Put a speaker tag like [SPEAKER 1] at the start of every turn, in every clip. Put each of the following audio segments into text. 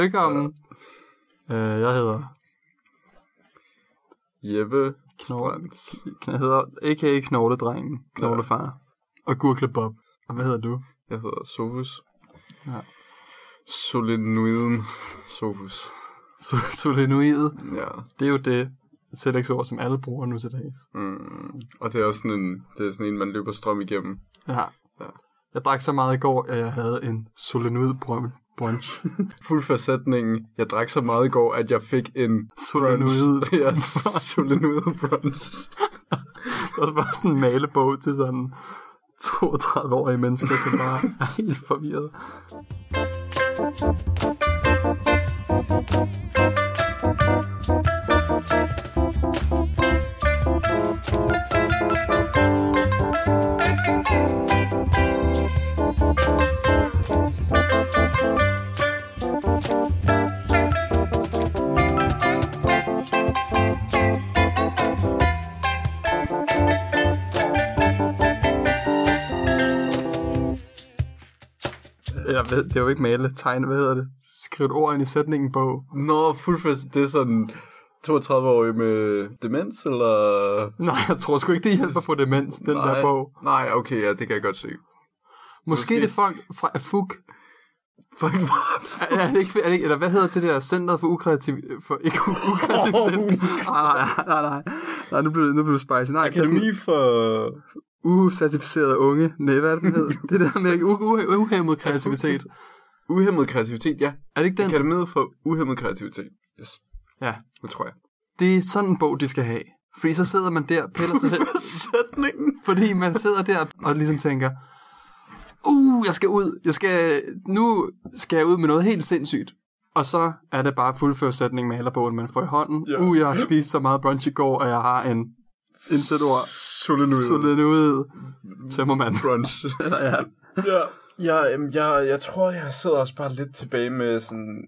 [SPEAKER 1] Velkommen. Ja. Øh, jeg hedder
[SPEAKER 2] Jeppe
[SPEAKER 1] Knogle.
[SPEAKER 2] Strands.
[SPEAKER 1] Jeg hedder a.k.a. Knogledrengen, Knoglefar og Gurkle Bob. Og hvad hedder du?
[SPEAKER 2] Jeg hedder Sofus.
[SPEAKER 1] Ja.
[SPEAKER 2] Solenoiden Sofus.
[SPEAKER 1] So- Solenoid.
[SPEAKER 2] Ja.
[SPEAKER 1] Det er jo det tillægsord, som alle bruger nu til dags.
[SPEAKER 2] Mm. Og det er også sådan en, det er sådan en, man løber strøm igennem.
[SPEAKER 1] Ja.
[SPEAKER 2] Ja.
[SPEAKER 1] Jeg drak så meget i går, at jeg havde en solenoid brun- brunch.
[SPEAKER 2] Fuld forsætningen. Jeg drak så meget i går, at jeg fik en
[SPEAKER 1] Solenoid.
[SPEAKER 2] brunch. ja, solenoid brunch.
[SPEAKER 1] Og så bare sådan en malebog til sådan 32-årige mennesker, som bare er helt forvirret. Jeg ved, det er jo ikke male, tegne, hvad hedder det? Skriv et ord ind i sætningen bog.
[SPEAKER 2] Nå, fuld forsæt, det er sådan 32-årig med demens, eller...
[SPEAKER 1] Nej, jeg tror sgu ikke, det hjælper på demens, den Nej. der bog.
[SPEAKER 2] Nej, okay, ja, det kan jeg godt se.
[SPEAKER 1] Måske, Måske. det er folk fra Afuk.
[SPEAKER 2] Fuck, hvor...
[SPEAKER 1] Er, er, det ikke, er det ikke, eller hvad hedder det der Center for Ukreativ... For, ikke u- Ukreativ
[SPEAKER 2] Åh,
[SPEAKER 1] Sind? nej, nej, nej, nej, nej. nu blev, det- nu blev det spicy. Nej, Akademi.
[SPEAKER 2] Akademi for...
[SPEAKER 1] ucertificerede unge. Nej, hvad er det, den hed? Det der med u- u- uhæmmet kreativitet.
[SPEAKER 2] Uhemmet kreativitet, ja.
[SPEAKER 1] Er det ikke den?
[SPEAKER 2] Akademiet for uhemmet kreativitet. Yes,
[SPEAKER 1] Ja.
[SPEAKER 2] det tror jeg.
[SPEAKER 1] Det er sådan en bog, de skal have. Fordi så sidder man der og piller sig selv.
[SPEAKER 2] Sætningen.
[SPEAKER 1] Fordi man sidder der og ligesom tænker, uh, jeg skal ud, jeg skal, nu skal jeg ud med noget helt sindssygt. Og så er det bare fuldfør sætning med allerbogen, man får i hånden.
[SPEAKER 2] Ja.
[SPEAKER 1] Ja. Uh, jeg har spist så meget brunch i går, og jeg har en intet ord.
[SPEAKER 2] Solenoid.
[SPEAKER 1] Solenoid
[SPEAKER 2] Mm.
[SPEAKER 1] tømmermand.
[SPEAKER 2] Brunch.
[SPEAKER 1] ja.
[SPEAKER 2] ja. Ja, øhm, jeg, jeg tror, jeg sidder også bare lidt tilbage med sådan...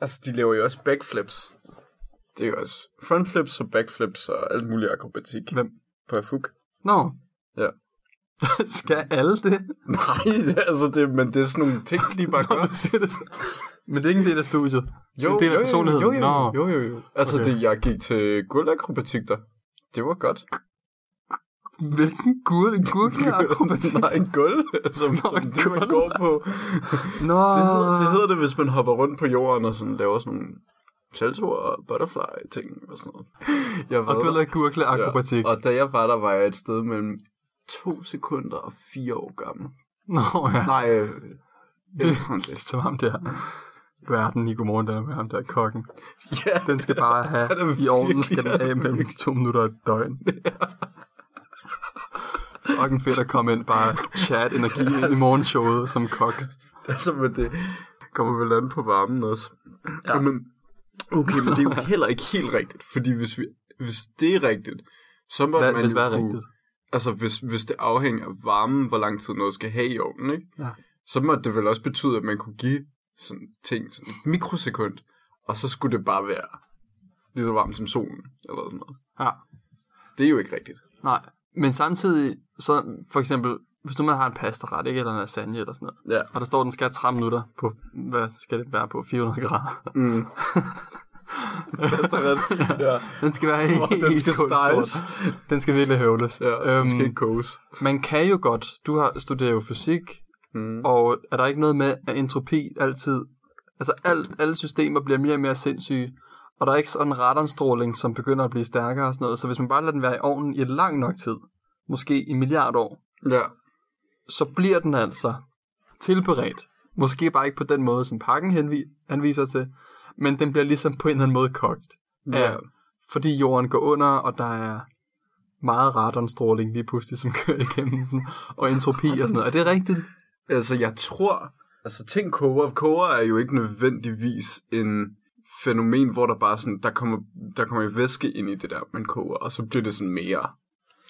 [SPEAKER 2] Altså, de laver jo også backflips. Det er jo også frontflips og backflips og alt muligt akrobatik.
[SPEAKER 1] Hvem?
[SPEAKER 2] På afuk.
[SPEAKER 1] Nå.
[SPEAKER 2] Ja.
[SPEAKER 1] skal alle det?
[SPEAKER 2] Nej, altså, det, men det er sådan nogle ting, de bare
[SPEAKER 1] Nå,
[SPEAKER 2] gør.
[SPEAKER 1] du siger det sådan. Men det er ikke en del af studiet. det er en del af personligheden.
[SPEAKER 2] Jo, jo,
[SPEAKER 1] Nå.
[SPEAKER 2] jo, jo, jo. Altså,
[SPEAKER 1] Okay.
[SPEAKER 2] okay. det, jeg gik til gulvakrobatik der. Det var godt.
[SPEAKER 1] Hvilken gurke gurkeakrobatik?
[SPEAKER 2] Nej, en gulv, som,
[SPEAKER 1] Nå,
[SPEAKER 2] som
[SPEAKER 1] en
[SPEAKER 2] det, man
[SPEAKER 1] gulv. Ah.
[SPEAKER 2] går på.
[SPEAKER 1] Nå.
[SPEAKER 2] Det hedder, det hedder det, hvis man hopper rundt på jorden og sådan laver sådan nogle saltoer og butterfly-ting og sådan noget. Jeg
[SPEAKER 1] Og du har lavet gurkeakrobatik.
[SPEAKER 2] Ja, og da jeg var der, var jeg et sted mellem to sekunder og fire år gammel.
[SPEAKER 1] Nå ja.
[SPEAKER 2] Nej, øh,
[SPEAKER 1] Det er som ham der verden i Godmorgen Danmark, ham der kokken.
[SPEAKER 2] ja,
[SPEAKER 1] Den skal bare have
[SPEAKER 2] Han er
[SPEAKER 1] i ovnen,
[SPEAKER 2] virkelig-
[SPEAKER 1] skal den have mellem to minutter og et døgn. Fucking fedt at komme ind, bare chat energi ind i morgenshowet som kok.
[SPEAKER 2] altså, men det kommer vel an på varmen også. Ja. Men, okay, men det er jo heller ikke helt rigtigt, fordi hvis, vi, hvis det er rigtigt, så må
[SPEAKER 1] Hvad,
[SPEAKER 2] man
[SPEAKER 1] hvis
[SPEAKER 2] jo
[SPEAKER 1] hvad er
[SPEAKER 2] kunne-
[SPEAKER 1] rigtigt?
[SPEAKER 2] altså hvis, hvis det afhænger af varmen, hvor lang tid noget skal have i ovnen, ikke?
[SPEAKER 1] Ja.
[SPEAKER 2] så må det vel også betyde, at man kunne give sådan ting sådan et mikrosekund, og så skulle det bare være lige så varmt som solen, eller sådan noget.
[SPEAKER 1] Ja,
[SPEAKER 2] Det er jo ikke rigtigt.
[SPEAKER 1] nej. Men samtidig, så for eksempel, hvis nu man har en pastaret, ikke, eller en lasagne eller sådan noget,
[SPEAKER 2] Ja.
[SPEAKER 1] og der står, at den skal have 30 minutter på, hvad skal det være på, 400 grader.
[SPEAKER 2] Mm. Bedst er ret. Ja.
[SPEAKER 1] Den skal være
[SPEAKER 2] Fuck,
[SPEAKER 1] helt
[SPEAKER 2] den skal
[SPEAKER 1] kulsort.
[SPEAKER 2] steges.
[SPEAKER 1] Den skal virkelig høvles.
[SPEAKER 2] Ja, øhm, skal ikke koges.
[SPEAKER 1] Man kan jo godt, du har studeret jo fysik,
[SPEAKER 2] Mm.
[SPEAKER 1] og er der ikke noget med, at entropi altid, altså alt, alle systemer bliver mere og mere sindssyge, og der er ikke sådan en radonstråling, som begynder at blive stærkere og sådan noget, så hvis man bare lader den være i ovnen i lang nok tid, måske i en milliard år,
[SPEAKER 2] Ja.
[SPEAKER 1] så bliver den altså tilberedt. Måske bare ikke på den måde, som pakken henvi- anviser til, men den bliver ligesom på en eller anden måde kogt.
[SPEAKER 2] Ja.
[SPEAKER 1] Ja. Fordi jorden går under, og der er meget radonstråling lige pludselig, som kører igennem den, og entropi og sådan noget. Er det rigtigt?
[SPEAKER 2] Altså, jeg tror, altså ting koger, koger er jo ikke nødvendigvis en fænomen, hvor der bare sådan, der kommer, der kommer væske ind i det der, man koger, og så bliver det sådan mere,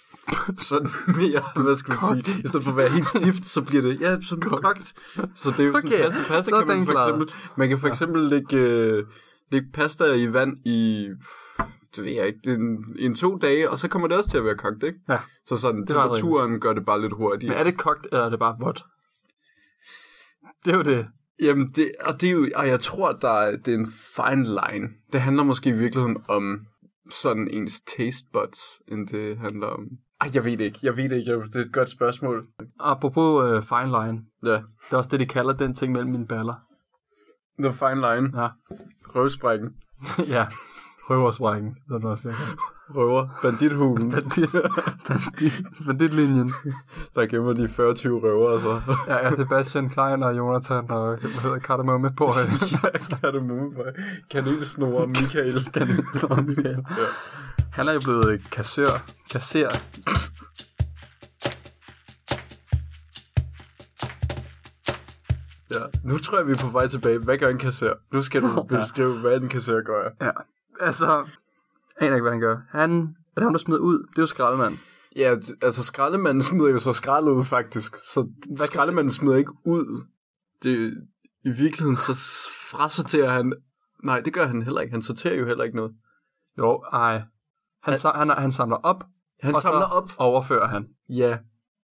[SPEAKER 2] sådan mere, hvad skal man sige, i stedet for at være helt stift, så bliver det, ja, sådan kogt. kogt. Så det er jo sådan,
[SPEAKER 1] Okay,
[SPEAKER 2] pasta, pasta
[SPEAKER 1] så er
[SPEAKER 2] kan man
[SPEAKER 1] den
[SPEAKER 2] for
[SPEAKER 1] klaret.
[SPEAKER 2] eksempel, man kan for eksempel lægge, øh, lægge pasta i vand i, det ved jeg ikke, en, en to dage, og så kommer det også til at være kogt, ikke?
[SPEAKER 1] Ja.
[SPEAKER 2] Så sådan,
[SPEAKER 1] er ret
[SPEAKER 2] temperaturen gør det bare lidt hurtigere.
[SPEAKER 1] Men er det kogt, eller er det bare vådt? Det er jo det.
[SPEAKER 2] Jamen, det, og, det er jo, og jeg tror, der er, det er en fine line. Det handler måske i virkeligheden om sådan ens taste buds, end det handler om... Ej, jeg ved det ikke. Jeg ved det ikke. Det er et godt spørgsmål.
[SPEAKER 1] Apropos øh, fine line.
[SPEAKER 2] Ja,
[SPEAKER 1] Det er også det, de kalder den ting mellem mine baller.
[SPEAKER 2] the fine line.
[SPEAKER 1] Ja.
[SPEAKER 2] Røvsprækken.
[SPEAKER 1] ja. Røversbrækken. Det er den også, jeg kalder den.
[SPEAKER 2] Røver. Bandithulen.
[SPEAKER 1] Bandit. Bandit. Banditlinjen.
[SPEAKER 2] Der gemmer de 40-20 røver, altså. så.
[SPEAKER 1] Ja, ja, Sebastian Klein og Jonathan og, hvad hedder Kardemomme på. øh.
[SPEAKER 2] så er det muligt for kanelsnore Michael. Ja.
[SPEAKER 1] Han er jo blevet øh, kassør. Kasser.
[SPEAKER 2] ja. Nu tror jeg, vi er på vej tilbage. Hvad gør en kassør? Nu skal du beskrive, hvad en kassør gør.
[SPEAKER 1] Ja. Altså, jeg aner ikke, hvad han gør. Han, er det ham, der smider ud? Det er jo skraldemand.
[SPEAKER 2] Ja, d- altså skraldemanden smider jo så skraldet ud, faktisk. Så
[SPEAKER 1] kan
[SPEAKER 2] Hvad skraldemanden smider ikke ud. Det, I virkeligheden, så s- frasorterer han... Nej, det gør han heller ikke. Han sorterer jo heller ikke noget.
[SPEAKER 1] Jo, ej. Han, sa- han, han samler op,
[SPEAKER 2] Han
[SPEAKER 1] og
[SPEAKER 2] samler
[SPEAKER 1] så
[SPEAKER 2] op.
[SPEAKER 1] overfører han
[SPEAKER 2] Ja,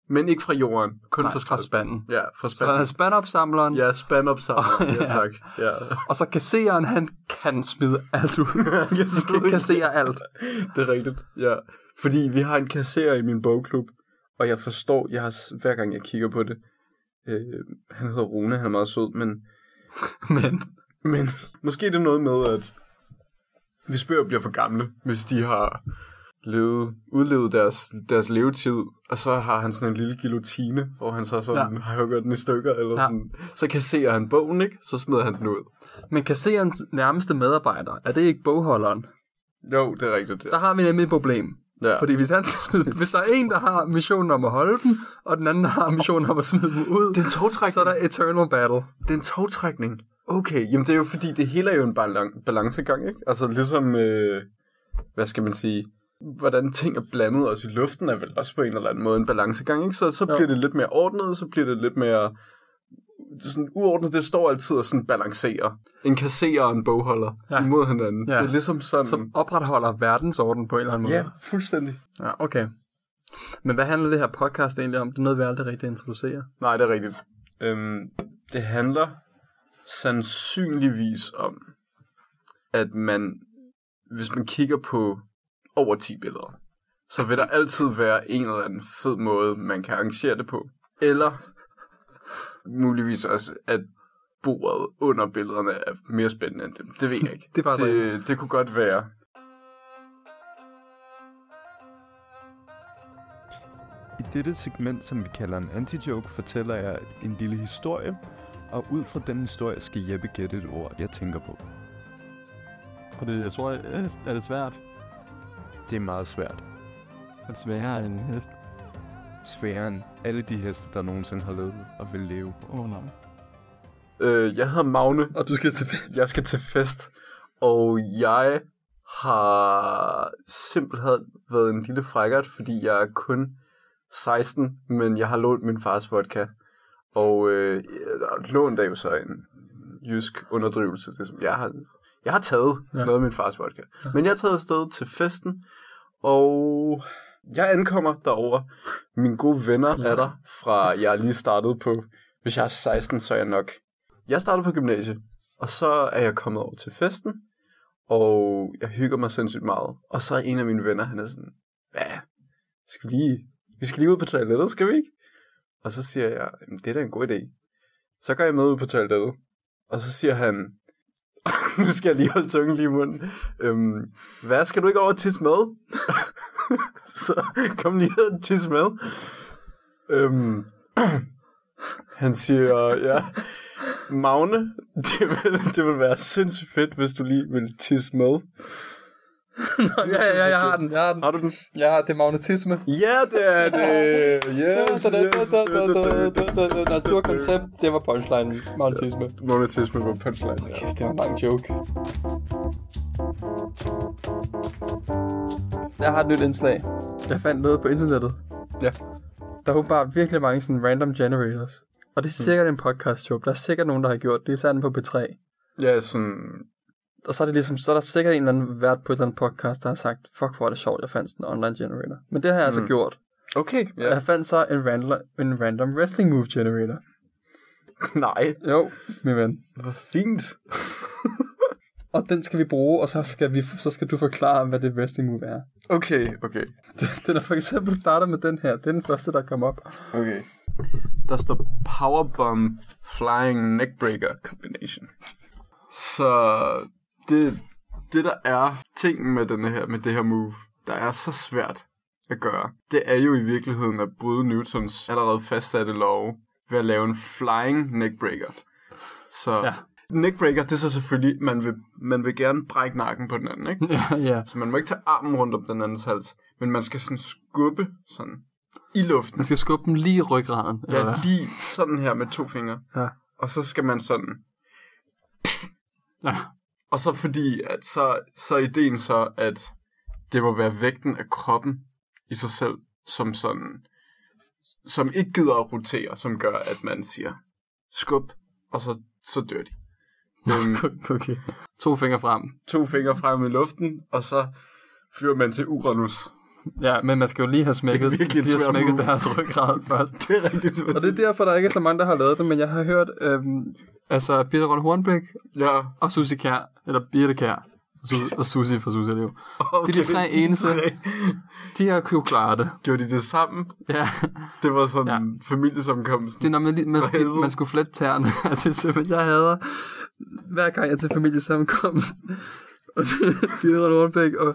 [SPEAKER 2] men ikke fra jorden. Kun
[SPEAKER 1] Nej,
[SPEAKER 2] fra
[SPEAKER 1] fra
[SPEAKER 2] skrald.
[SPEAKER 1] spanden.
[SPEAKER 2] Ja, fra
[SPEAKER 1] Så han er
[SPEAKER 2] spand.
[SPEAKER 1] spandopsamleren, ja.
[SPEAKER 2] Ja, spand op sammen.
[SPEAKER 1] Åh, ja.
[SPEAKER 2] ja. tak. Ja.
[SPEAKER 1] og så kassereren, han kan smide alt ud.
[SPEAKER 2] Jeg
[SPEAKER 1] Han kan kassere alt.
[SPEAKER 2] Det er rigtigt, ja. Fordi vi har en kasserer i min bogklub, og jeg forstår, jeg har, s- hver gang jeg kigger på det, øh, han hedder Rune, han er meget sød, men
[SPEAKER 1] Men
[SPEAKER 2] Men måske er det noget med, at hvis bøger bliver for gamle, hvis de har levet, udlevet deres, deres levetid, og så har han sådan en lille guillotine, hvor han så sådan ja. har hugget den i stykker, eller
[SPEAKER 1] Ja.
[SPEAKER 2] ja. sådan. Så kasserer han bogen, ikke? Så smider han den ud.
[SPEAKER 1] Men kasserens nærmeste medarbejder, er det ikke bogholderen?
[SPEAKER 2] Jo, det er rigtigt. Ja.
[SPEAKER 1] Der har vi nemlig et problem.
[SPEAKER 2] Ja.
[SPEAKER 1] Fordi hvis, han skal smide, hvis der er en, der har missionen om at holde dem, og den anden der har missionen om at smide dem ud,
[SPEAKER 2] Det er en togtrækning.
[SPEAKER 1] så er der Eternal Battle.
[SPEAKER 2] Det er en togtrækning. Okay, jamen det er jo fordi, det hele er jo en balan- balancegang, ikke? Altså ligesom, øh, hvad skal man sige, hvordan ting er blandet også i luften, er vel også på en eller anden måde en balancegang, ikke? Så, så bliver det lidt mere ordnet, så bliver det lidt mere sådan uordnet, det står altid og sådan balancerer. En kasserer og en bogholder
[SPEAKER 1] Ja.
[SPEAKER 2] ja. imod hinanden.
[SPEAKER 1] Ja.
[SPEAKER 2] Ja. Det er ligesom sådan...
[SPEAKER 1] Som opretholder verdensorden på en eller anden måde.
[SPEAKER 2] Ja, fuldstændig.
[SPEAKER 1] Ja, okay. Men hvad handler det her podcast egentlig om? Det er noget, vi aldrig rigtig introducerer.
[SPEAKER 2] Nej, det er rigtigt. Øhm, det handler sandsynligvis om, at man, hvis man kigger på over 10 billeder, så vil der altid være en eller anden fed måde, man kan arrangere det på. Eller muligvis også, at bordet under billederne er mere spændende end dem. Det ved jeg ikke.
[SPEAKER 1] Det er bare
[SPEAKER 2] det, det kunne godt være.
[SPEAKER 3] I dette segment, som vi kalder en antijoke, fortæller jeg en lille historie, og ud fra den historie skal Jeppe gætte et ord, jeg tænker på.
[SPEAKER 1] Og det, jeg tror, er det, er det svært?
[SPEAKER 3] Det er meget svært.
[SPEAKER 1] Er det sværere end hest?
[SPEAKER 3] Sværere end alle de heste, der nogensinde har levet og vil leve.
[SPEAKER 1] Åh, oh, nej.
[SPEAKER 2] Øh, jeg hedder Magne.
[SPEAKER 1] Og du skal tilbage.
[SPEAKER 2] Jeg skal til fest, og jeg har simpelthen været en lille frækkert, fordi jeg er kun 16, men jeg har lånt min fars vodka. Og øh, lånt er jo så en jysk underdrivelse. Det, er som jeg, har, jeg har taget
[SPEAKER 1] Ja.
[SPEAKER 2] ja. noget af min fars vodka. Ja. Men jeg er taget afsted til festen, og jeg ankommer derover. Mine gode venner er der fra, jeg er lige startet på, hvis jeg er 16, så er jeg nok. Jeg startede på gymnasiet, og så er jeg kommet over til festen, og jeg hygger mig sindssygt meget. Og så er en af mine venner, han er sådan, hvad, skal vi lige, vi skal lige ud på toilettet, skal vi ikke? Og så siger jeg, "Jamen, det er da en god idé. Så går jeg med ud på toilettet, og så siger han, nu skal jeg lige holde tungen lige i munden. Øhm, hvad, skal du ikke over og tisse med? så kom lige og tisse med. Øhm, han siger, ja, Magne, det vil, det vil være sindssygt fedt, hvis du lige vil tisse med.
[SPEAKER 1] ja, ja, jeg har den, jeg har den.
[SPEAKER 2] Har du den?
[SPEAKER 1] Jeg har det magnetisme.
[SPEAKER 2] Ja, det er det. Yes, yes.
[SPEAKER 1] Naturkoncept, det var punchline, magnetisme.
[SPEAKER 2] Monetisme på punchline. Ja.
[SPEAKER 1] Kæft, det var en lang joke. Jeg har et nyt indslag. Jeg fandt noget på internettet.
[SPEAKER 2] Ja.
[SPEAKER 1] Der var bare virkelig mange sådan random generators. Og det er sikkert en podcast show. Der er sikkert nogen, der har gjort det. Især den på P3.
[SPEAKER 2] ja, sådan...
[SPEAKER 1] Og så er, det ligesom, så er der sikkert en eller anden vært på den podcast, der har sagt, fuck hvor er det sjovt, jeg fandt sådan en online generator. Men det har jeg altså mm. gjort.
[SPEAKER 2] Okay,
[SPEAKER 1] Ja. Jeg fandt så en, randla- en random wrestling move generator.
[SPEAKER 2] Nej.
[SPEAKER 1] Jo, min ven.
[SPEAKER 2] Hvor fint.
[SPEAKER 1] Og den skal vi bruge, og så skal, vi, så skal du forklare, hvad det wrestling move er.
[SPEAKER 2] Okay, okay.
[SPEAKER 1] Den er for eksempel starter med den her. Det er den første, der kom op.
[SPEAKER 2] Okay. Der står Powerbomb Flying Neckbreaker Combination. Så det, det der er ting med, den her, med det her move, der er så svært at gøre, det er jo i virkeligheden at bryde Newtons allerede fastsatte lov ved at lave en flying neckbreaker. Så
[SPEAKER 1] Ja.
[SPEAKER 2] ja. neckbreaker, det er så selvfølgelig, man vil, man vil gerne brække nakken på den anden, ikke?
[SPEAKER 1] ja, ja.
[SPEAKER 2] Så man må ikke tage armen rundt om den andens hals, men man skal sådan skubbe sådan i luften.
[SPEAKER 1] Man skal skubbe dem lige i ryggraden.
[SPEAKER 2] Ja,
[SPEAKER 1] eller hvad?
[SPEAKER 2] lige sådan her med to fingre.
[SPEAKER 1] Ja.
[SPEAKER 2] Og så skal man sådan...
[SPEAKER 1] ja.
[SPEAKER 2] Og så fordi, at så, så er ideen så, at det må være vægten af kroppen i sig selv, som sådan, som ikke gider at rotere, som gør, at man siger skub, og så, så dør de. Øhm,
[SPEAKER 1] Okay. To fingre frem.
[SPEAKER 2] to fingre frem i luften, og så flyver man til Uranus.
[SPEAKER 1] Ja, men man skal jo lige have smækket,
[SPEAKER 2] virkelig et
[SPEAKER 1] lige have
[SPEAKER 2] svært
[SPEAKER 1] smækket
[SPEAKER 2] move.
[SPEAKER 1] deres ryggrad først.
[SPEAKER 2] Det er rigtigt.
[SPEAKER 1] Og det er derfor, der ikke er så mange, der har lavet det, men jeg har hørt, øhm, altså Peter Rolle Hornbæk
[SPEAKER 2] Ja.
[SPEAKER 1] og Susie Kær, eller Birte Kær, og, Su- og Susie fra Susie Liv.
[SPEAKER 2] Okay,
[SPEAKER 1] de tre eneste. De har kunne klare det.
[SPEAKER 2] Gjorde de det sammen?
[SPEAKER 1] Ja,
[SPEAKER 2] Det var sådan en ja. familiesammenkomst.
[SPEAKER 1] det er når man, lige- man,
[SPEAKER 2] helvede.
[SPEAKER 1] man skulle flette tæerne. Altså, det er simpelthen, jeg hader hver gang jeg er til familiesammenkomst. Og Peter Rolle Hornbæk og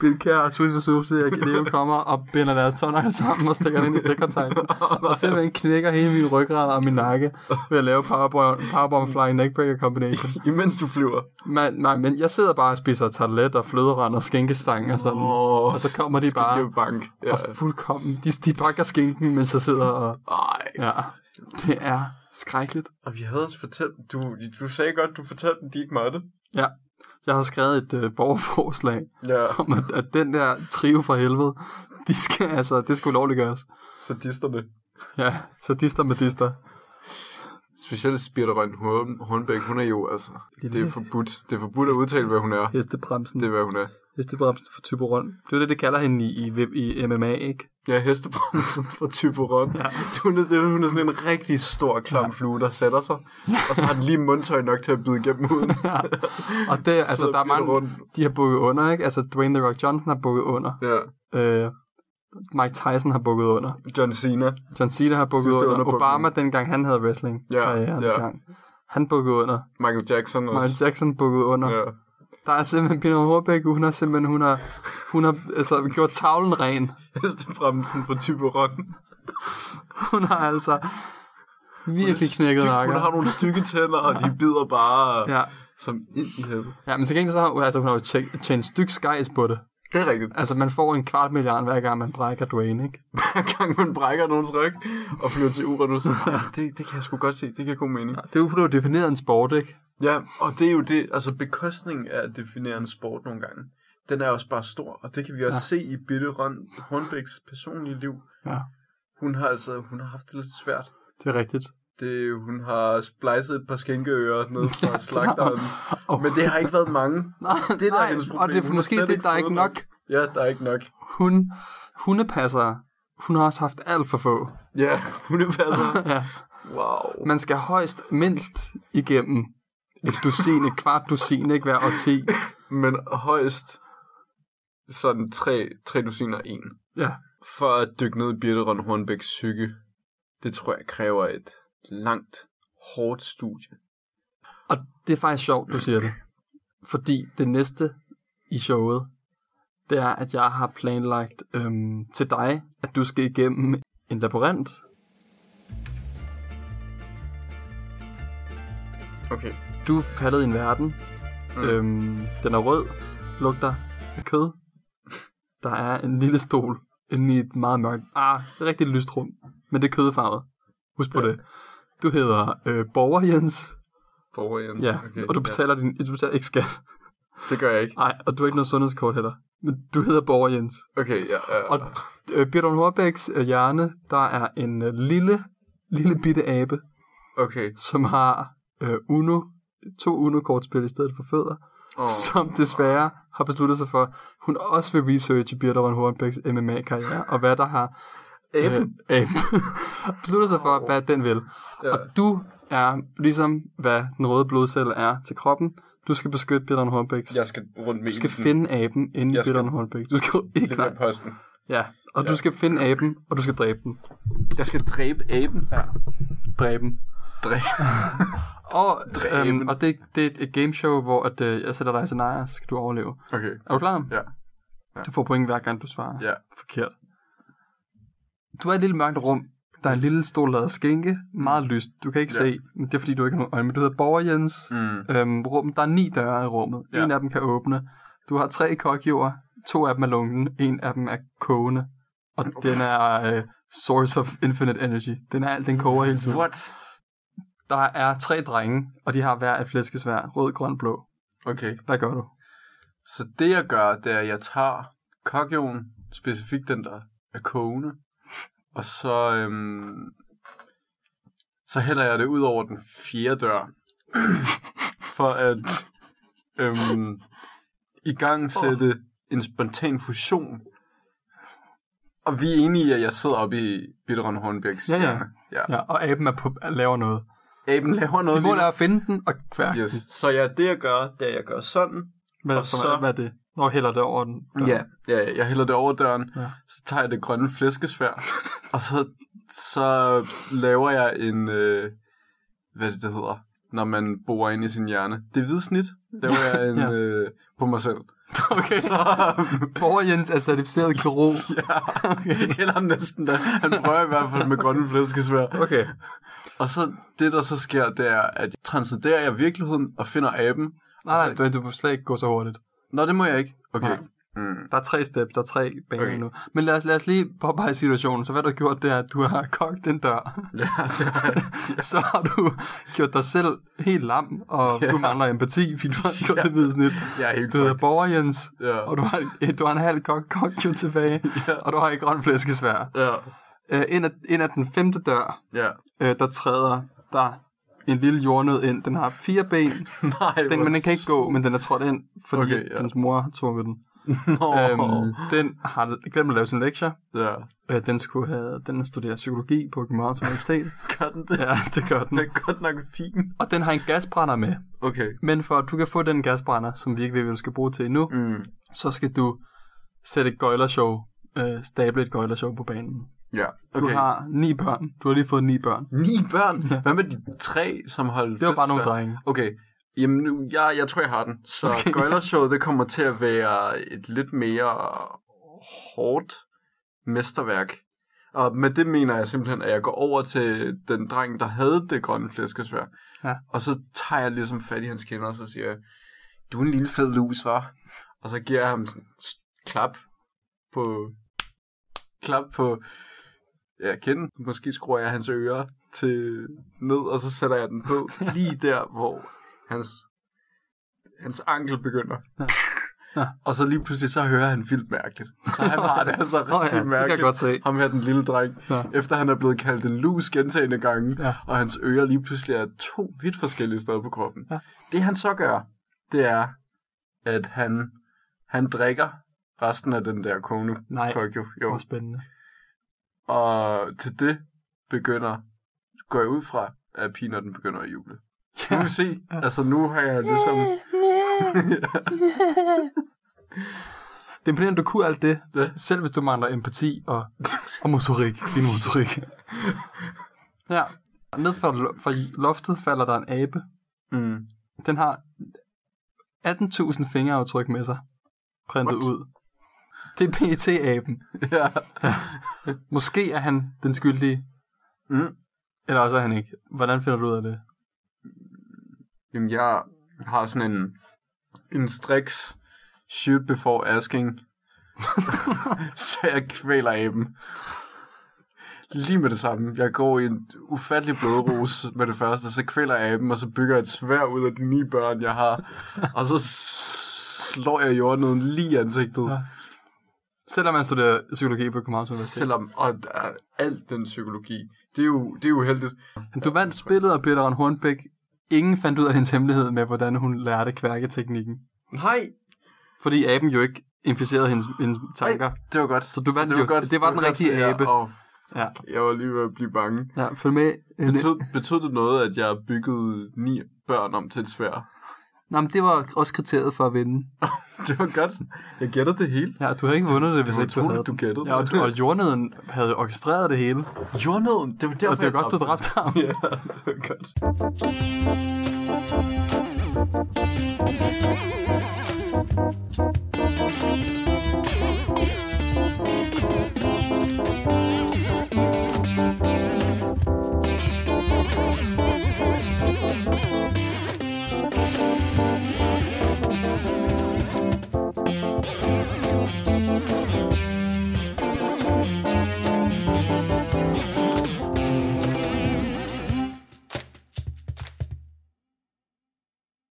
[SPEAKER 1] Birte Kær og Susie fra Susie, og Liv kommer og binder deres tårnegl sammen og stikker den ind i stikkertegnen. Og simpelthen knækker hele min ryggrad og min nakke ved at lave powerbomb, powerbomb flying neckbreaker combination.
[SPEAKER 2] Imens du flyver.
[SPEAKER 1] Man, nej, men jeg sidder bare og spiser tartelet og fløderand og skænkestang og sådan. Oh,
[SPEAKER 2] Åh,
[SPEAKER 1] Og så kommer de
[SPEAKER 2] skal
[SPEAKER 1] bare-
[SPEAKER 2] jo bank. Ja.
[SPEAKER 1] og fuldkommen. De, de pakker skinken, mens jeg sidder og...
[SPEAKER 2] Ej.
[SPEAKER 1] Ja, det er skrækkeligt.
[SPEAKER 2] Og vi havde også fortalt... Du, du sagde godt, du fortalte dem, de ikke måtte.
[SPEAKER 1] Ja. Jeg har skrevet et øh, borgerforslag
[SPEAKER 2] Ja,
[SPEAKER 1] om, at, at den der trio for helvede, de skal, altså, det skulle lovliggøres.
[SPEAKER 2] sadisterne.
[SPEAKER 1] Ja, så dister med dister.
[SPEAKER 2] Specielt Birte Røn Hornbæk, hun er jo altså... Det er forbudt. Det er forbudt at udtale, hvad hun er.
[SPEAKER 1] Hestebremsen.
[SPEAKER 2] Det er, hvad hun er.
[SPEAKER 1] Hestebremsen for Typerøn. Det er jo det, det kalder hende i, i, i MMA, ikke?
[SPEAKER 2] Ja, hestebremsen fra Typeron. Ja. Hun, er, det- hun er sådan en rigtig stor klam flue, der sætter sig. Og så har den lige mundtøj nok til at bide igennem huden.
[SPEAKER 1] Ja. Og det, altså,
[SPEAKER 2] Sidder
[SPEAKER 1] der er mange,
[SPEAKER 2] Birthe
[SPEAKER 1] de har bukket under, ikke? Altså, Dwayne The Rock Johnson har bukket under.
[SPEAKER 2] Ja.
[SPEAKER 1] Øh, Mike Tyson har bukket under.
[SPEAKER 2] John Cena.
[SPEAKER 1] John Cena har bukket
[SPEAKER 2] Sidste
[SPEAKER 1] under.
[SPEAKER 2] underbukning.
[SPEAKER 1] Obama, dengang han havde wrestling
[SPEAKER 2] Ja,
[SPEAKER 1] karrieren
[SPEAKER 2] ja.
[SPEAKER 1] dengang. Han bukkede under.
[SPEAKER 2] Michael Jackson også.
[SPEAKER 1] Michael Jackson bukkede under.
[SPEAKER 2] Ja.
[SPEAKER 1] Der er simpelthen Peter Horbæk, hun har simpelthen, hun har, hun har altså, gjort tavlen ren.
[SPEAKER 2] Hestebremsen fra Typeron.
[SPEAKER 1] Hun har altså virkelig knækket
[SPEAKER 2] Hun har
[SPEAKER 1] nakker.
[SPEAKER 2] nogle stykke tænder, og de bider bare ja.
[SPEAKER 1] Ja.
[SPEAKER 2] som ind i helvede.
[SPEAKER 1] ja, men til gengæld så har hun, altså, hun har jo tjek- tjent styk skejs på det.
[SPEAKER 2] Det er rigtigt.
[SPEAKER 1] Altså, man får en kvart milliard, hver gang man brækker Dwayne, ikke?
[SPEAKER 2] Hver gang man brækker nogens ryg og flyver til Uranus. Ja, det, det kan jeg sgu godt se. Det giver god mening.
[SPEAKER 1] Det er jo blevet defineret en sport, ikke?
[SPEAKER 2] Ja, og det er jo det. Altså bekostningen af at definere en sport nogle gange, den er også bare stor. Og det kan vi også ja. se i Bitte Røn Hornbæks personlige liv.
[SPEAKER 1] Ja,
[SPEAKER 2] Hun har altså hun har haft det lidt svært.
[SPEAKER 1] det er rigtigt.
[SPEAKER 2] Det, hun har splejset et par skænkeører ned fra slagteren.
[SPEAKER 1] Og,
[SPEAKER 2] Men det har ikke været mange.
[SPEAKER 1] nej,
[SPEAKER 2] det der er
[SPEAKER 1] nej,
[SPEAKER 2] hendes problem.
[SPEAKER 1] og det
[SPEAKER 2] Hun
[SPEAKER 1] er
[SPEAKER 2] har
[SPEAKER 1] måske
[SPEAKER 2] slet
[SPEAKER 1] det,
[SPEAKER 2] ikke
[SPEAKER 1] der er
[SPEAKER 2] fået
[SPEAKER 1] ikke
[SPEAKER 2] nok.
[SPEAKER 1] nok.
[SPEAKER 2] Ja, der er ikke nok.
[SPEAKER 1] hun, hundepassere, hun har også haft alt for få.
[SPEAKER 2] Ja, hundepasser.
[SPEAKER 1] Ja.
[SPEAKER 2] Wow.
[SPEAKER 1] Man skal højst mindst igennem et dusin, et kvart dusin, ikke hver årti.
[SPEAKER 2] Men højst sådan tre, tre dusiner en.
[SPEAKER 1] Ja.
[SPEAKER 2] For at dykke ned i Birte Røn Hornbæks psyke, det tror jeg kræver et langt, hårdt studie.
[SPEAKER 1] Og det er faktisk sjovt, du siger det. Fordi det næste i showet, det er, at jeg har planlagt øhm, til dig, at du skal igennem en laborant.
[SPEAKER 2] Okay.
[SPEAKER 1] Du er faldet i en verden. Mm. Øhm, den er rød, lugter af kød. Der er en lille stol inde i et meget mørkt, ah, rigtig lyst rum. Men det er kødfarvet. Husk på ja. det. Du hedder øh, Borger Jens,
[SPEAKER 2] Borger Jens.
[SPEAKER 1] ja, okay, og du betaler, ja. din, du betaler ikke skat.
[SPEAKER 2] Ja, det gør jeg ikke.
[SPEAKER 1] Nej, og du har ikke noget sundhedskort heller. Men du hedder Borger Jens.
[SPEAKER 2] Okay, ja. ja, ja.
[SPEAKER 1] Og øh, Bjørn Horbæks øh, hjerne, der er en øh, lille, lille bitte abe,
[SPEAKER 2] Okay.
[SPEAKER 1] som har øh, Uno, to Uno-kortspil i stedet for fødder,
[SPEAKER 2] Oh.
[SPEAKER 1] som desværre har besluttet sig for, hun også vil researche Birte Rønne Hornbæks MMA-karriere, og hvad der har
[SPEAKER 2] Abe.
[SPEAKER 1] Øh, abe. Beslutter sig for, hvad den vil.
[SPEAKER 2] Ja.
[SPEAKER 1] Og du er ligesom, hvad den røde blodcelle er til kroppen. Du skal beskytte Bjørn Hornbæks.
[SPEAKER 2] Jeg skal rundt med
[SPEAKER 1] Du skal finde aben inden
[SPEAKER 2] Jeg skal-
[SPEAKER 1] Bjørn Hornbæk. Du skal ikke nej.
[SPEAKER 2] den posten.
[SPEAKER 1] Ja, og du skal finde aben, og du skal dræbe den.
[SPEAKER 2] Jeg skal dræbe aben.
[SPEAKER 1] Ja. Dræbe den.
[SPEAKER 2] Dræbe.
[SPEAKER 1] Og,
[SPEAKER 2] Dræbe
[SPEAKER 1] øhm,
[SPEAKER 2] den.
[SPEAKER 1] og det, det er et gameshow, hvor at, øh, jeg sætter dig i scenarier, så skal du overleve.
[SPEAKER 2] Okay.
[SPEAKER 1] Er du klar?
[SPEAKER 2] Ja.
[SPEAKER 1] Du får point hver gang, du svarer
[SPEAKER 2] Ja.
[SPEAKER 1] forkert. Du er i et lille mørkt rum. Der er en lille stol lavet af skinke. Meget lyst. Du kan ikke
[SPEAKER 2] Ja.
[SPEAKER 1] ja. se, men det er fordi, du ikke har nogen øjne. Men du hedder Borger Jens.
[SPEAKER 2] Mm.
[SPEAKER 1] Øhm, rum, der er ni døre i rummet.
[SPEAKER 2] Ja.
[SPEAKER 1] Ja. En af dem kan åbne. Du har tre kokjord. To af dem er lunken. En af dem er kogende. Og den er øh, source of infinite energy. Den er alt, den koger hele tiden.
[SPEAKER 2] What?
[SPEAKER 1] Der er tre drenge, og de har hver et flæskesvær. Rød, grøn, blå.
[SPEAKER 2] Okay.
[SPEAKER 1] Hvad gør du?
[SPEAKER 2] Så det jeg gør, det er, at jeg tager kokjonen, specifikt den der er kogende, og så, øhm, så hælder jeg det ud over den fjerde dør, for at øhm, i gang sætte en spontan fusion. Og vi er enige i, at jeg sidder oppe i Bitteron Hornbæks.
[SPEAKER 1] Ja, ja.
[SPEAKER 2] hjerne. ja.
[SPEAKER 1] Ja, og aben er på, laver noget.
[SPEAKER 2] Aben laver noget.
[SPEAKER 1] Det mål
[SPEAKER 2] lige
[SPEAKER 1] er at finde den og kværke
[SPEAKER 2] nu.
[SPEAKER 1] yes.
[SPEAKER 2] yes. Så ja, det jeg gør, det er, at jeg gør sådan,
[SPEAKER 1] Hvad,
[SPEAKER 2] Og så-
[SPEAKER 1] så... hvad er det? Når hælder det over den?
[SPEAKER 2] Ja, ja, ja, jeg hælder det over døren, ja.
[SPEAKER 1] Ja.
[SPEAKER 2] så tager jeg det grønne flæskesvær, og så, så laver jeg en, øh, hvad er det, det hedder, når man borer ind i sin hjerne. Det hvide snit laver jeg en, ja.
[SPEAKER 1] Ja.
[SPEAKER 2] øh, på mig selv.
[SPEAKER 1] Okay.
[SPEAKER 2] Så,
[SPEAKER 1] Borger Jens er certificeret kirurg.
[SPEAKER 2] ja, okay. eller næsten da. Han prøver i hvert fald med grønne flæskesvær.
[SPEAKER 1] Okay.
[SPEAKER 2] Og så det, der så sker, det er, at jeg transcenderer jeg virkeligheden og finder aben.
[SPEAKER 1] Nej, nej, du, du må slet ikke gå så hurtigt.
[SPEAKER 2] Nå, det må jeg ikke. Okay.
[SPEAKER 1] Nej.
[SPEAKER 2] Mm.
[SPEAKER 1] Der er tre steps, der er tre baner
[SPEAKER 2] Okay.
[SPEAKER 1] okay. nu. Men lad os, lad os lige påpege situationen. Så hvad du har gjort, det er, at du har kogt den dør.
[SPEAKER 2] Ja, det er,
[SPEAKER 1] så har du gjort dig selv helt lam, og
[SPEAKER 2] Ja.
[SPEAKER 1] du mangler empati, fordi du har gjort
[SPEAKER 2] Ja.
[SPEAKER 1] det hvide snit.
[SPEAKER 2] jeg er helt
[SPEAKER 1] Du hedder
[SPEAKER 2] fucked.
[SPEAKER 1] Borger Jens,
[SPEAKER 2] Ja.
[SPEAKER 1] og du har, eh, du har en halv kok, kok jo tilbage,
[SPEAKER 2] Ja.
[SPEAKER 1] og du har ikke grøn flæskesvær.
[SPEAKER 2] Ja,
[SPEAKER 1] Øh, ind, ad, ind ad den femte dør,
[SPEAKER 2] ja.
[SPEAKER 1] øh, der træder der en lille jordnød ind. Den har fire ben,
[SPEAKER 2] Nej,
[SPEAKER 1] den, men den kan ikke gå, men den er trådt ind, fordi
[SPEAKER 2] Okay,
[SPEAKER 1] okay,
[SPEAKER 2] ja.
[SPEAKER 1] ja. dens mor har tvunget den.
[SPEAKER 2] Nå.
[SPEAKER 1] Øhm, den har glemt at lave sin lektier.
[SPEAKER 2] Ja.
[SPEAKER 1] Øh, den skulle have, den studerer psykologi på Københavns Universitet.
[SPEAKER 2] Gør den det?
[SPEAKER 1] ja, det gør
[SPEAKER 2] Den
[SPEAKER 1] den.
[SPEAKER 2] er godt nok fin.
[SPEAKER 1] Og den har en gasbrænder med.
[SPEAKER 2] Okay.
[SPEAKER 1] Men for at du kan få den gasbrænder, som vi ikke ved, hvad du skal bruge til endnu, mm.
[SPEAKER 2] Mm.
[SPEAKER 1] så skal du sætte et gøjlershow, øh, stable et gøjlershow på banen.
[SPEAKER 2] Ja,
[SPEAKER 1] Du
[SPEAKER 2] okay.
[SPEAKER 1] har ni børn. Du har lige fået ni børn.
[SPEAKER 2] ni børn. Hvad med de tre, som holdt
[SPEAKER 1] Det var bare nogle
[SPEAKER 2] festival?
[SPEAKER 1] drenge.
[SPEAKER 2] Okay. Jamen, nu, jeg, jeg tror, jeg har den. Så okay. Gøjlershow, det kommer til at være et lidt mere hårdt mesterværk. Og med det mener jeg simpelthen, at jeg går over til den dreng, der havde det grønne flæskesvær.
[SPEAKER 1] Ja.
[SPEAKER 2] Og så tager jeg ligesom fat i hans kinder, og så siger jeg, du er en lille fed lus, var. Og så giver jeg ham sådan s- klap på... Klap på... Ja, kinden. Måske skruer jeg hans ører til ned, og så sætter jeg den på lige der, hvor hans, hans ankel begynder.
[SPEAKER 1] Ja.
[SPEAKER 2] Ja.
[SPEAKER 1] Ja.
[SPEAKER 2] Og så lige pludselig, så hører han vildt mærkeligt. Så han har det altså rigtig
[SPEAKER 1] Nå ja, det kan jeg
[SPEAKER 2] mærkeligt.
[SPEAKER 1] godt se.
[SPEAKER 2] Ham her, den lille dreng. Ja.
[SPEAKER 1] Ja.
[SPEAKER 2] Efter han er blevet kaldt en lus gentagende gange,
[SPEAKER 1] Ja.
[SPEAKER 2] og hans ører lige pludselig er to vidt forskellige steder på kroppen. Ja.
[SPEAKER 1] Ja.
[SPEAKER 2] Det han så gør, det er, at han, han drikker resten af den der kone.
[SPEAKER 1] Nej.
[SPEAKER 2] Kok jo,
[SPEAKER 1] Det
[SPEAKER 2] jo.
[SPEAKER 1] var spændende.
[SPEAKER 2] Og til det begynder, går jeg ud fra, at pigerne begynder at juble. Nu
[SPEAKER 1] Ja.
[SPEAKER 2] vil vi se. Altså nu har jeg ligesom...
[SPEAKER 1] Det er imponerende, du kunne alt det,
[SPEAKER 2] Ja.
[SPEAKER 1] selv hvis du mangler empati og, og motorik. Din motorik. Ja. Og Ned fra, lo- fra loftet falder der en abe.
[SPEAKER 2] mm.
[SPEAKER 1] Den har 18.000 fingeraftryk med sig. Printet
[SPEAKER 2] What?
[SPEAKER 1] ud. Det er PET-aben.
[SPEAKER 2] Ja.
[SPEAKER 1] Måske er han den skyldige,
[SPEAKER 2] Mm.
[SPEAKER 1] eller også er han ikke. Hvordan finder du ud af det?
[SPEAKER 2] Jamen, jeg har sådan en, en striks shoot before asking. så jeg kvæler aben. Lige med det samme. Jeg går i en ufattelig blodrus med det første, så kvæler jeg aben, og så bygger jeg et svær ud af de ni børn, jeg har. Og så s- slår jeg jorden lige i ansigtet. Ja.
[SPEAKER 1] Ja. Selvom man studerer psykologi på Københavns Universitet.
[SPEAKER 2] Selvom og der er alt den psykologi, det er jo, det er jo heldigt.
[SPEAKER 1] Men Du vandt spillet af Peter Hornbæk. Ingen fandt ud af hendes hemmelighed med, hvordan hun lærte kværketeknikken.
[SPEAKER 2] Nej,
[SPEAKER 1] Fordi aben jo ikke inficerede hendes, hendes tanker.
[SPEAKER 2] det var godt.
[SPEAKER 1] Så du vandt
[SPEAKER 2] det var
[SPEAKER 1] jo. Det var den rigtige
[SPEAKER 2] så jeg-
[SPEAKER 1] abe.
[SPEAKER 2] Åh,
[SPEAKER 1] Ja.
[SPEAKER 2] Jeg var lige ved at blive bange.
[SPEAKER 1] ja, følg med. Øh,
[SPEAKER 2] Betød, betød det noget, at jeg byggede ni børn om til et svær?
[SPEAKER 1] Nå, men det var også kriteriet for at vinde.
[SPEAKER 2] Det var godt. Jeg gættede det hele.
[SPEAKER 1] Ja, du havde ikke vundet det, hvis
[SPEAKER 2] var
[SPEAKER 1] ikke du
[SPEAKER 2] utroligt,
[SPEAKER 1] havde
[SPEAKER 2] du
[SPEAKER 1] den.
[SPEAKER 2] gættede
[SPEAKER 1] ja, og,
[SPEAKER 2] det.
[SPEAKER 1] og jordneden havde jo orkestreret det hele. Og
[SPEAKER 2] Jordnøden, det var derfor,
[SPEAKER 1] det er godt, du dræbte ham.
[SPEAKER 2] Ja, det var godt.
[SPEAKER 4] Thank